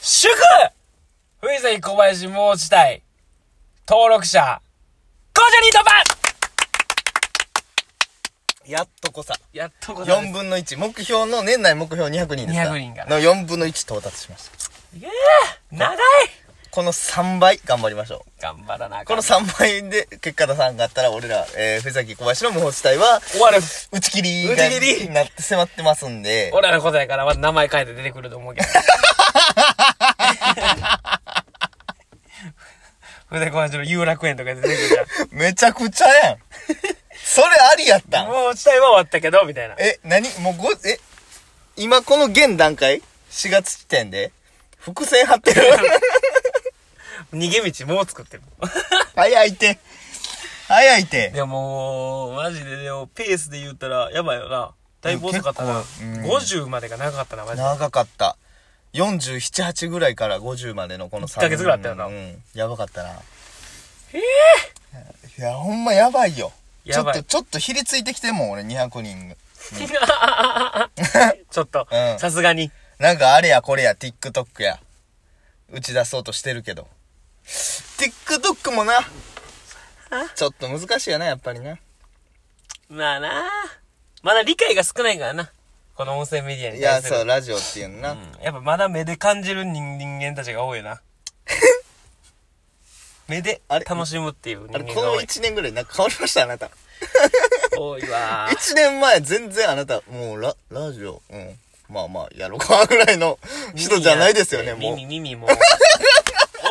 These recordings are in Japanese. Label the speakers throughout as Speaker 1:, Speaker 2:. Speaker 1: 祝藤崎小林盲地帯、登録者、52突破
Speaker 2: やっとこさ。
Speaker 1: やっとこ
Speaker 2: 4分の1。目標の、年内目標200人ですから。
Speaker 1: 200人が
Speaker 2: の4分の1到達しました。
Speaker 1: ええ長い
Speaker 2: この3倍頑張りましょう。
Speaker 1: 頑張らなあか
Speaker 2: こ
Speaker 1: ん
Speaker 2: の3倍で結果出さんかったら、俺ら、えー、藤崎小林の無法地帯は、
Speaker 1: 終わる。
Speaker 2: 打ち切り
Speaker 1: 打ち切り
Speaker 2: になって迫ってますんで、
Speaker 1: 俺らのことやから、まず名前変えて出てくると思 うけど。藤崎小林の有楽園とかで出てくるじゃ
Speaker 2: めちゃくちゃやん。それありやった
Speaker 1: ん。
Speaker 2: ん。
Speaker 1: もう地帯は終わったけど、みたいな。
Speaker 2: え、何もうご、え、今この現段階 ?4 月時点で伏線張 ってる。
Speaker 1: 逃げ道もう作ってる。
Speaker 2: 早いて。早いて。
Speaker 1: いやもう、マジで、でも、ペースで言ったら、やばいよな。だいぶ遅かったな。
Speaker 2: 結構うん
Speaker 1: 50までが長かったな、マジで。
Speaker 2: 長かった。47、8ぐらいから50までのこの3
Speaker 1: 1ヶ月ぐらいあったよな
Speaker 2: うん。やばかったな。えいや、ほんまやばいよ。ちょ
Speaker 1: や
Speaker 2: っ
Speaker 1: ば
Speaker 2: と、
Speaker 1: い
Speaker 2: ちょっとひりついてきてんもん、俺200人が。
Speaker 1: ちょっと
Speaker 2: う、ん
Speaker 1: さすがに。
Speaker 2: なんかあれやこれや、TikTok や。打ち出そうとしてるけど。TikTok もな、ちょっと難しいやな、やっぱりな。
Speaker 1: まあなまだ理解が少ないからな。この音声メディア
Speaker 2: い
Speaker 1: に
Speaker 2: や、
Speaker 1: 対する。
Speaker 2: そう、ラジオっていうのな。
Speaker 1: うんやっぱまだ目で感じる人人間たちが多い な。目で
Speaker 2: あれ
Speaker 1: 楽しむっていう人
Speaker 2: あれ、
Speaker 1: 間
Speaker 2: こ
Speaker 1: が
Speaker 2: の
Speaker 1: 多い。
Speaker 2: 1年ぐらい、なんか変わりました、あなた。
Speaker 1: 多いわー。
Speaker 2: 1年前、全然あなた、もう、ラ、ラジオ、うん。まあまあ、やろうか、ぐらいの 人じゃないですよね、もう
Speaker 1: 耳、。耳、 もう。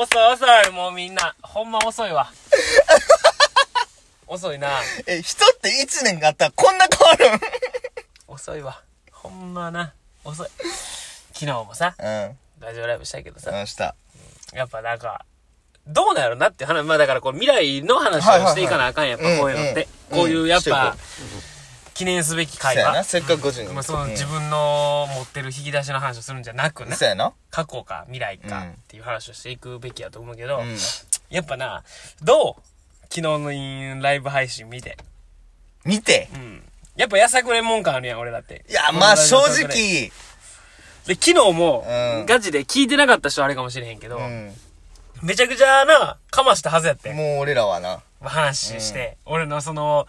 Speaker 1: 遅い遅い、もうみんな。ほんま遅いわ。 遅いな。
Speaker 2: え、人って1年があったらこんな変わ
Speaker 1: 遅いわ。ほんまな。遅い。昨日もさ、
Speaker 2: るん
Speaker 1: ラジオライブしたけどさ
Speaker 2: う、ん。うん、した。
Speaker 1: やっぱなんか、どうなんやろなって話、まあだからこう未来の話をしていかなあかん、やっぱ
Speaker 2: はい
Speaker 1: こう
Speaker 2: はいいうはい
Speaker 1: のって。
Speaker 2: うんうん
Speaker 1: こういうやっぱ
Speaker 2: うん、
Speaker 1: 記念すべき
Speaker 2: そ
Speaker 1: 会
Speaker 2: うやな、
Speaker 1: 話。
Speaker 2: せっかく50人。
Speaker 1: まあその
Speaker 2: うん
Speaker 1: 自分の持ってる引き出しの話をするんじゃなくね
Speaker 2: そ、うやな。
Speaker 1: 過去か未来
Speaker 2: う
Speaker 1: か
Speaker 2: ん
Speaker 1: っていう話をしていくべきやと思うけど、
Speaker 2: うん。
Speaker 1: やっぱな、どう昨日のライブ配信見て。
Speaker 2: 見て。
Speaker 1: うん。やっぱやさぐれもん感あるやん、俺だって。
Speaker 2: いや、まあ正
Speaker 1: 俺のラジオと比べて
Speaker 2: 直、
Speaker 1: で、昨日も、
Speaker 2: うん
Speaker 1: ガチで聞いてなかった人はあれかもしれへんけど、
Speaker 2: う
Speaker 1: めちゃくちゃな、かましたはずやって
Speaker 2: ん。。もう俺らはな。
Speaker 1: 話して、俺のその、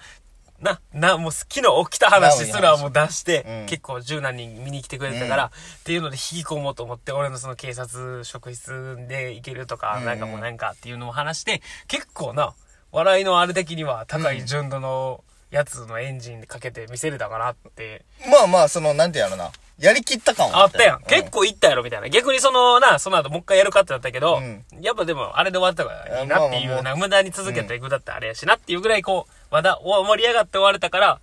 Speaker 1: な、な、もう昨日起きた話すらもう出して、
Speaker 2: うん
Speaker 1: 結構十何人見に来てくれてたから、っていうので引き込もうと思って、俺のその警察職質で行けるとか、
Speaker 2: うん
Speaker 1: なんかもうなんかっていうのも話して、結構な、笑いのあれ的には高い純度のやつのエンジンかけて見せれたかなって、
Speaker 2: まあまあ、その、なんてやろな。やりきった感は
Speaker 1: あったやん。結
Speaker 2: 構
Speaker 1: 構行ったやろみたいな。逆にそのな、その後もう一回やるかってなったけど、
Speaker 2: うん
Speaker 1: やっぱでもあれで終わったからいいなってい
Speaker 2: いやまあ
Speaker 1: う、
Speaker 2: ま
Speaker 1: な無駄に続けていくだってあれやしなっていうぐらいこう、まだお盛り上がって終われたから、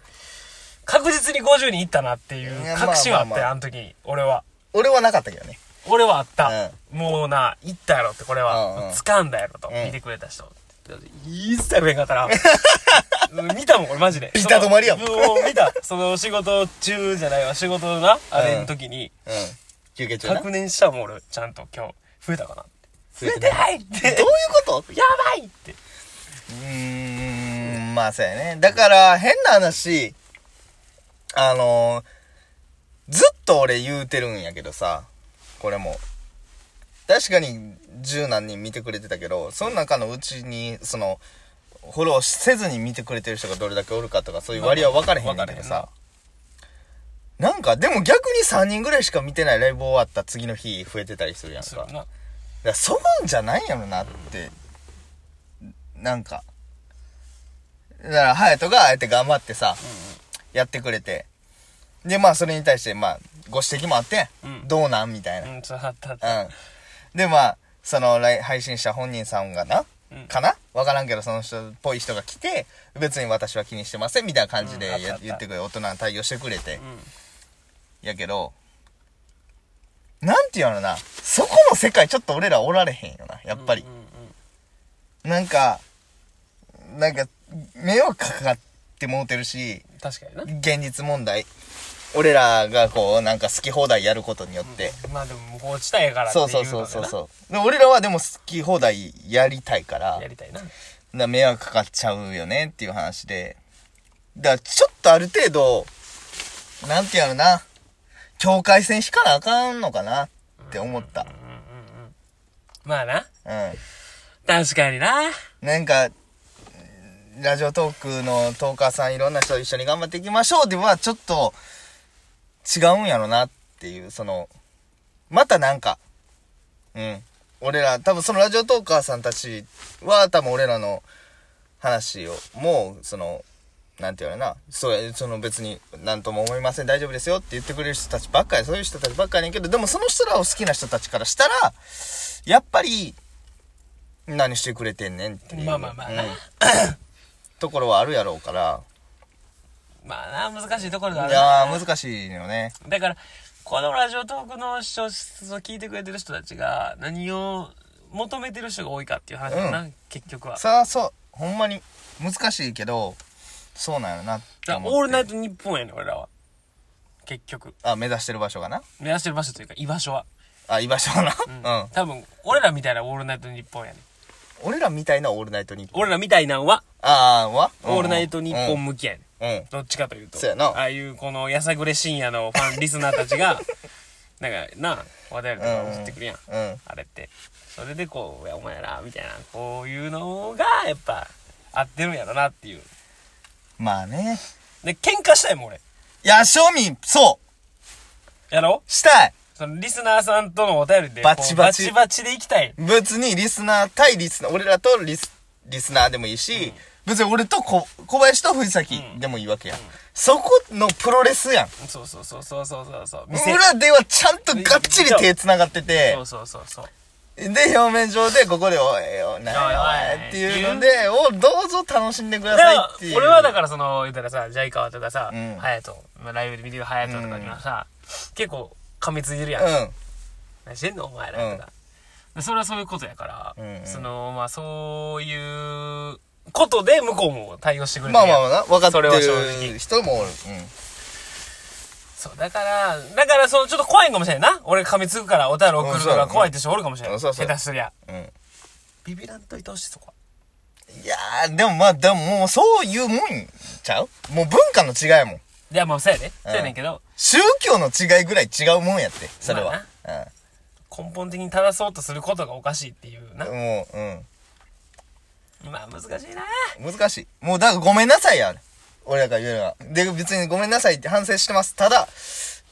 Speaker 1: 確実に50人いったなってい
Speaker 2: いうや
Speaker 1: 確信はあった
Speaker 2: まあま
Speaker 1: よ、
Speaker 2: あ
Speaker 1: あの時、俺は。
Speaker 2: 俺はなかったけどね。
Speaker 1: 俺はあった。もうな、行ったやろってこれ
Speaker 2: うんう
Speaker 1: は
Speaker 2: ん。
Speaker 1: 掴んだやろと。
Speaker 2: うん
Speaker 1: 見てくれた人。一切弁かった な。うん見たもん、これマジで。
Speaker 2: ピタ止まりやもん
Speaker 1: そのうん見た。その仕事中じゃないわ、仕事のな、あれの時に。
Speaker 2: うん。休憩中な。ど
Speaker 1: 確
Speaker 2: ういう
Speaker 1: 認したもん俺ちゃんと今日増えたかなって増
Speaker 2: 増え
Speaker 1: え
Speaker 2: て
Speaker 1: てないって
Speaker 2: こと
Speaker 1: やばいって
Speaker 2: うーん、まあそうやね。だから、変な話、あのーずっと俺言うてるんやけどさ、これも。確かに十何人見てくれてたけど、その中のうちに、その、フォローせずに見てくれてる人がどれだけおるかとか、そういう割合は分かれへんねんだけどさ。なんか、でも逆に3人ぐらいしか見てないライブ終わった次の日増えてたりするやん
Speaker 1: そ
Speaker 2: か。
Speaker 1: うな
Speaker 2: だからそうじゃないんやろなってなんかだから隼人がああやって頑張ってさ、やってくれてでまあそれに対してまあご指摘もあって、
Speaker 1: うん
Speaker 2: どうなんみたいな、
Speaker 1: うんそうあったあっ
Speaker 2: う
Speaker 1: た
Speaker 2: ん、でまあそのライ配信者本人さんがな、
Speaker 1: うん
Speaker 2: かなわからんけどその人っぽい人が来て別に私は気にしてませんみたいな感じで
Speaker 1: うんあったあ
Speaker 2: や
Speaker 1: った
Speaker 2: 言ってくれ大人の対応してくれて、
Speaker 1: うん
Speaker 2: やけど、なんて言うのかな、そこの世界ちょっと俺らおられへんよな、やっぱり
Speaker 1: うん。うんうん
Speaker 2: なんか、なんか、迷惑かかってもうてるし、
Speaker 1: 確かにな
Speaker 2: 現実問題。俺らがこう、なんか好き放題やることによって。
Speaker 1: まあでも無法地帯やからってい
Speaker 2: そううそうそうそう
Speaker 1: ので
Speaker 2: そう。で俺らはでも好き放題やりたいから、
Speaker 1: なや
Speaker 2: だか
Speaker 1: りたいな
Speaker 2: ら迷惑かかっちゃうよねっていう話で。だからちょっとある程度、なんて言うのかな、境界線引かなあかんのかなって思った。
Speaker 1: うんうんうんまあな。
Speaker 2: う
Speaker 1: 確かにな。
Speaker 2: ん。なんか、ラジオトークのトーカーさんいろんな人と一緒に頑張っていきましょうではちょっと違うんやろなっていう、その、またなんか、うん。俺ら、多分そのラジオトーカーさんたちは多分俺らの話を、もう、その、なんて言うのかな、そうや、その別になんとも思いません、大丈夫ですよって言ってくれる人たちばっかり、そういう人たちばっかりやけど、でもその人らを好きな人たちからしたら、やっぱり、何してくれてんねんっていう。
Speaker 1: まあまあまあな
Speaker 2: うん ところはあるやろうから。
Speaker 1: まあな、難しいところだ
Speaker 2: い
Speaker 1: な。
Speaker 2: やー、難しいよね。
Speaker 1: だから、このラジオトークの視聴室を聞いてくれてる人たちが、何を求めてる人が多いかっていう話だな、結局は。
Speaker 2: さあ、そう、ほんまに難しいけど、そうなんやろなって
Speaker 1: だ
Speaker 2: 思
Speaker 1: からオ
Speaker 2: って。
Speaker 1: ールナイトニッポンやねん俺らは。結局。
Speaker 2: あ、目指してる場所がな。
Speaker 1: 目指してる場所というか、居場所は。
Speaker 2: あ、居場所がな。うん。
Speaker 1: 多分、俺らみたいなオールナイトニッポンやねん
Speaker 2: 俺らみたいなオールナイトニッポン。
Speaker 1: 俺らみたいなんは、
Speaker 2: ああ、は
Speaker 1: オールナイトニッポン向きやねん
Speaker 2: うん。うん。
Speaker 1: どっちかというと。
Speaker 2: そうやな
Speaker 1: ああいうこのやさぐれ深夜のファン、リスナーたち が、なんか、なあ、話題とか送ってくるやん。
Speaker 2: うん。
Speaker 1: あれって。それでこう、いや、お前ら、みたいな、こういうのが、やっぱ、合ってるんやろなっていう。
Speaker 2: まあね。
Speaker 1: で、喧嘩したいもん、俺。
Speaker 2: いや、庶民、そう
Speaker 1: やろ
Speaker 2: したい
Speaker 1: その、リスナーさんとのお便りで、
Speaker 2: バチバチ
Speaker 1: こうバチバチでいきたい。
Speaker 2: 別にリスナー、対リスナー、俺らとリス、リスナーでもいいし、別に俺とこ小林と藤崎でもいいわけや、ん。そこのプロレスやん。
Speaker 1: そうそうそうそうそうそうそう。店
Speaker 2: 裏ではちゃんとがっちり手繋がってて
Speaker 1: そ、うそうそうそう。
Speaker 2: で、表面上でここで、おいおい、な
Speaker 1: おい
Speaker 2: い
Speaker 1: おい
Speaker 2: おいっていうので、をどうぞ楽しんでくだ
Speaker 1: だか
Speaker 2: さい
Speaker 1: ら
Speaker 2: っていう。
Speaker 1: 俺はだ
Speaker 2: か
Speaker 1: からその言ったらさジャイカワとかさ
Speaker 2: うん
Speaker 1: 隼人、まあ、ライブで見てる隼人とかにはさ、結構噛みついてるやん、
Speaker 2: うん。
Speaker 1: 何してんのお前らとか、でそれはそういうことやから、
Speaker 2: うんうん
Speaker 1: そのまあそういうことで向こうも対応してくれてる
Speaker 2: ま
Speaker 1: や
Speaker 2: あ
Speaker 1: ん
Speaker 2: まあまあ、分かって
Speaker 1: それは正直
Speaker 2: る人もおる。
Speaker 1: そうだからだからそのちょっと怖いんかもしれんな俺噛みつくからお便り送るのが怖いって人おるかもしれん、
Speaker 2: うん
Speaker 1: 下
Speaker 2: そうそう
Speaker 1: 手すりゃ
Speaker 2: うん。うん。
Speaker 1: ビビらんといてほしいそこはい
Speaker 2: やー、でもまあ、でももうそういうもんちゃうもう文化の違いやもん。
Speaker 1: いやまあそうやね、そうやねんけど
Speaker 2: 宗教の違いぐらい違うもんやって、それは。
Speaker 1: 根本的に正そうとすることがおかしいっていうな
Speaker 2: うん。、もう、うん。
Speaker 1: まあ難しいな
Speaker 2: 難しい。もうだからごめんなさいや。俺らから言うのは。で、別にごめんなさいって反省してます。ただ、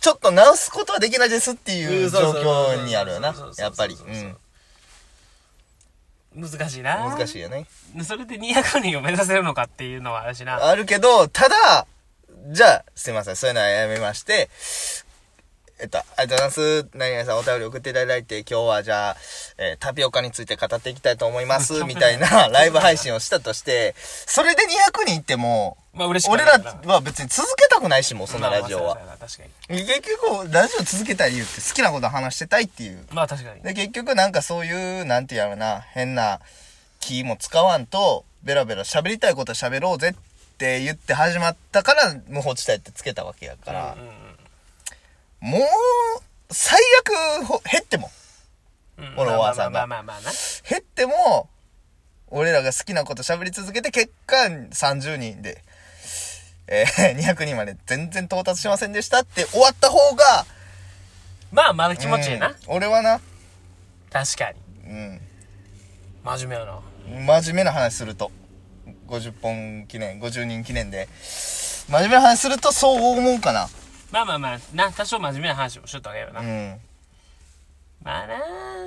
Speaker 2: ちょっと直すことはできないですっていう状況にあるよな
Speaker 1: そうそう。そう
Speaker 2: やっぱり。
Speaker 1: そう
Speaker 2: う。
Speaker 1: そうそうん難しいな
Speaker 2: 難しいよね。
Speaker 1: いそれで200人を目指せるのかっていうのはあるしな
Speaker 2: あるけど、ただ、じゃあ、すいません。そういうのはやめまして、えっと、ありがとうございます。何々さんお便り送っていただいて、今日はじゃあ、えータピオカについて語っていきたいと思います、みたいな ライブ配信をしたとして、それで200人いっても、
Speaker 1: まあ嬉しくな
Speaker 2: 俺
Speaker 1: い
Speaker 2: ら
Speaker 1: な
Speaker 2: は別に続けたくないし、もうそんなラジオは
Speaker 1: まあ。まあそうやな確か
Speaker 2: 結局、ラジオ続けた理由って好きなこと話してたいっていう。
Speaker 1: にまあ確かに
Speaker 2: で、結局なんかそういう、なんていうやろな、変な気も使わんと、ベラベラ喋りたいこと喋ろうぜって言って始まったから、無法地帯ってつけたわけやから
Speaker 1: うん、うん
Speaker 2: もう、最悪ほ、減っても、
Speaker 1: うん
Speaker 2: フォロワーさんが
Speaker 1: まあまあまあまあまあな
Speaker 2: 減っても、俺らが好きなこと喋り続けて、結果30人で、えー200人まで全然到達しませんでしたって終わった方が、
Speaker 1: まあまだ気持ちいいな、
Speaker 2: うん俺はな、
Speaker 1: 確かに
Speaker 2: うん。
Speaker 1: 真面目やな
Speaker 2: 真面目な話すると50本記念50人記念で真面目な話するとそう思うかな
Speaker 1: まあまあまあな多少真面目な話をしとったわけよな、
Speaker 2: うん
Speaker 1: まあなで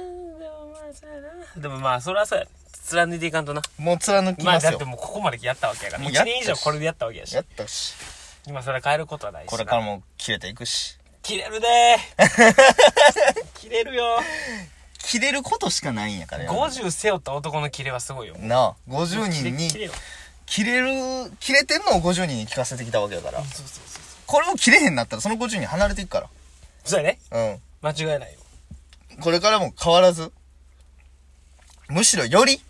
Speaker 1: もまあそうやなでもまあそれはそうや貫いていかんとな
Speaker 2: もう貫き
Speaker 1: まあ
Speaker 2: ます
Speaker 1: だっ
Speaker 2: よ、
Speaker 1: てもうここまでやったわけやから
Speaker 2: も
Speaker 1: 1
Speaker 2: うやったし
Speaker 1: 年以上これでやったわけやし
Speaker 2: やったし
Speaker 1: 今それ変えることはないしな
Speaker 2: これからも切れていくし
Speaker 1: 切れる でー切れるよ
Speaker 2: 切れることしかないんやからよ
Speaker 1: 50背負った男の切れはすごいよ
Speaker 2: なあ50人
Speaker 1: 切れ
Speaker 2: に
Speaker 1: よ
Speaker 2: 切れる切れてんのを50人に聞かせてきたわけだから
Speaker 1: そうそうそうそう
Speaker 2: これも切れへんなったらその50人離れていくか
Speaker 1: そうやね
Speaker 2: らうん
Speaker 1: 間違い ないよ
Speaker 2: これからも変わらずむしろより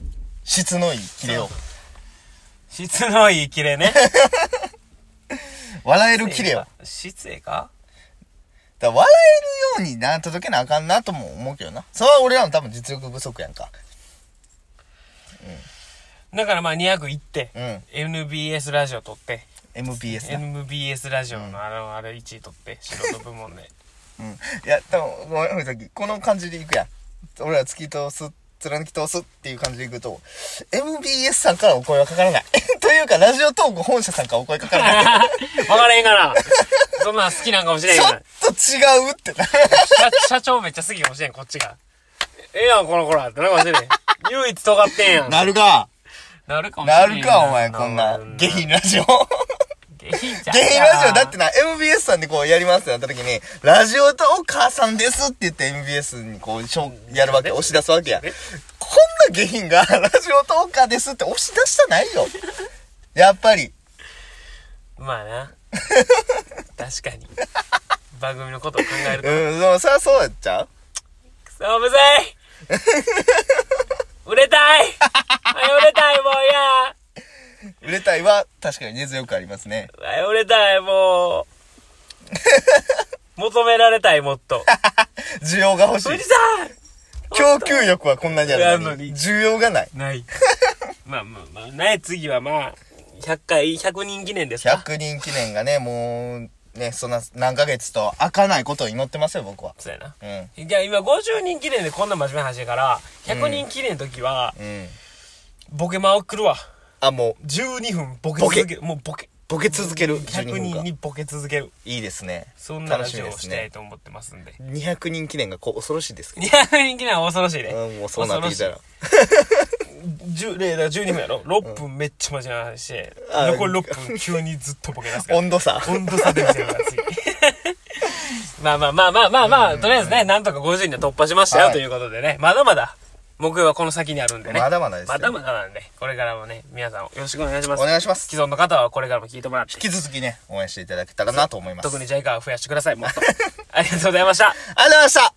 Speaker 2: 質のいい切れを
Speaker 1: 質のいい切れね
Speaker 2: 笑える切れを
Speaker 1: 失礼か
Speaker 2: だから笑えるようにな届けなあかんなとも思うけどなそれは俺らの多分実力不足やんか
Speaker 1: だからまあ200行って、
Speaker 2: うん
Speaker 1: NBS ラジオ撮って、
Speaker 2: MBS な、
Speaker 1: MBS ラジオのあの、あれ1位取って、素人部門で。
Speaker 2: うんいや多分ごめん藤崎この感じでいくやん俺ら突き通す貫き通すっていう感じでいくと、MBS さんからお声はかからない。 というか、ラジオトーク本社さんからお声かから ない。
Speaker 1: わからへんから。そんなん好きなんかもしれん
Speaker 2: ち
Speaker 1: け
Speaker 2: ょ
Speaker 1: ど
Speaker 2: っと違うってな。
Speaker 1: 社社長めっちゃ好きかもしれん、こっちが。ええやん、この子ら。ってなるかもしれん。唯一尖ってんやん。
Speaker 2: なるか。
Speaker 1: なるかもしれ。
Speaker 2: なんるか、お前、こんな。下。品ラジオ。
Speaker 1: 下品じゃん。
Speaker 2: 下品ラジオだってな、MBS さんでこうやりますってなった時に、ラジオとお母さんですって言って MBS にこう、しょやるわけ、押し出すわけや。こんな下品が、ラジオとお母ですって押し出したないよ。やっぱり。
Speaker 1: まあ な。確かに。番組のことを考える
Speaker 2: う
Speaker 1: と。
Speaker 2: ん、でもそりゃそうやっちゃう
Speaker 1: くそ、むずい売れたいはい、売れたい、もういや
Speaker 2: 売れたいは確かに根強くありますね。
Speaker 1: はい、売れたい、もう。求められたい、もっと。
Speaker 2: 需要が欲し
Speaker 1: 富
Speaker 2: い
Speaker 1: 士。山
Speaker 2: 供給力はこんなにあるの
Speaker 1: ある
Speaker 2: に、
Speaker 1: のに
Speaker 2: 需要がない。
Speaker 1: ない。まあまあまあ、ない次はまあ、100回、100人記念ですか
Speaker 2: 100人記念がね、もう、ね、そんな何ヶ月と開かないことを祈ってますよ、僕は。
Speaker 1: そうやな。
Speaker 2: うん。
Speaker 1: いや、今50人記念でこんな真面目な話やから、100人記念の時は、
Speaker 2: うん。
Speaker 1: ボケま送るわ。
Speaker 2: あ、もう、
Speaker 1: 12分ボケ続ける。もうボケ。
Speaker 2: ボケ続ける。
Speaker 1: 100
Speaker 2: 12分
Speaker 1: 人
Speaker 2: 間
Speaker 1: にボケ続ける。
Speaker 2: いいですね。
Speaker 1: そんなラジオを
Speaker 2: 楽し
Speaker 1: し
Speaker 2: みですね
Speaker 1: たいと思ってますんで。
Speaker 2: 200人記念がこう恐ろしいですけど。
Speaker 1: 200人記念は恐ろしいね。
Speaker 2: うん、もうそうなって きたら。
Speaker 1: 10例だ12分やろ6分めっちゃ真面目な話して、
Speaker 2: あ
Speaker 1: 残り6分急にずっとボケ出すから
Speaker 2: 温度差。
Speaker 1: 温度差で見せるから次 まあまあまあまあまあまあ、とりあえずねなんとか50人で突破しましたよ、
Speaker 2: はい
Speaker 1: ということでねまだまだ目標はこの先にあるんでね
Speaker 2: まだまだですよ
Speaker 1: まだまだなんでこれからもね皆さんよろしくお願いしま
Speaker 2: お
Speaker 1: す
Speaker 2: 願いします。
Speaker 1: 既存の方はこれからも聞いてもらって
Speaker 2: 引き続きね、応援していただけたらなと思います。
Speaker 1: 特
Speaker 2: あり
Speaker 1: にジャイカーを増やしてくださいもっとありがとうございました
Speaker 2: がとうございました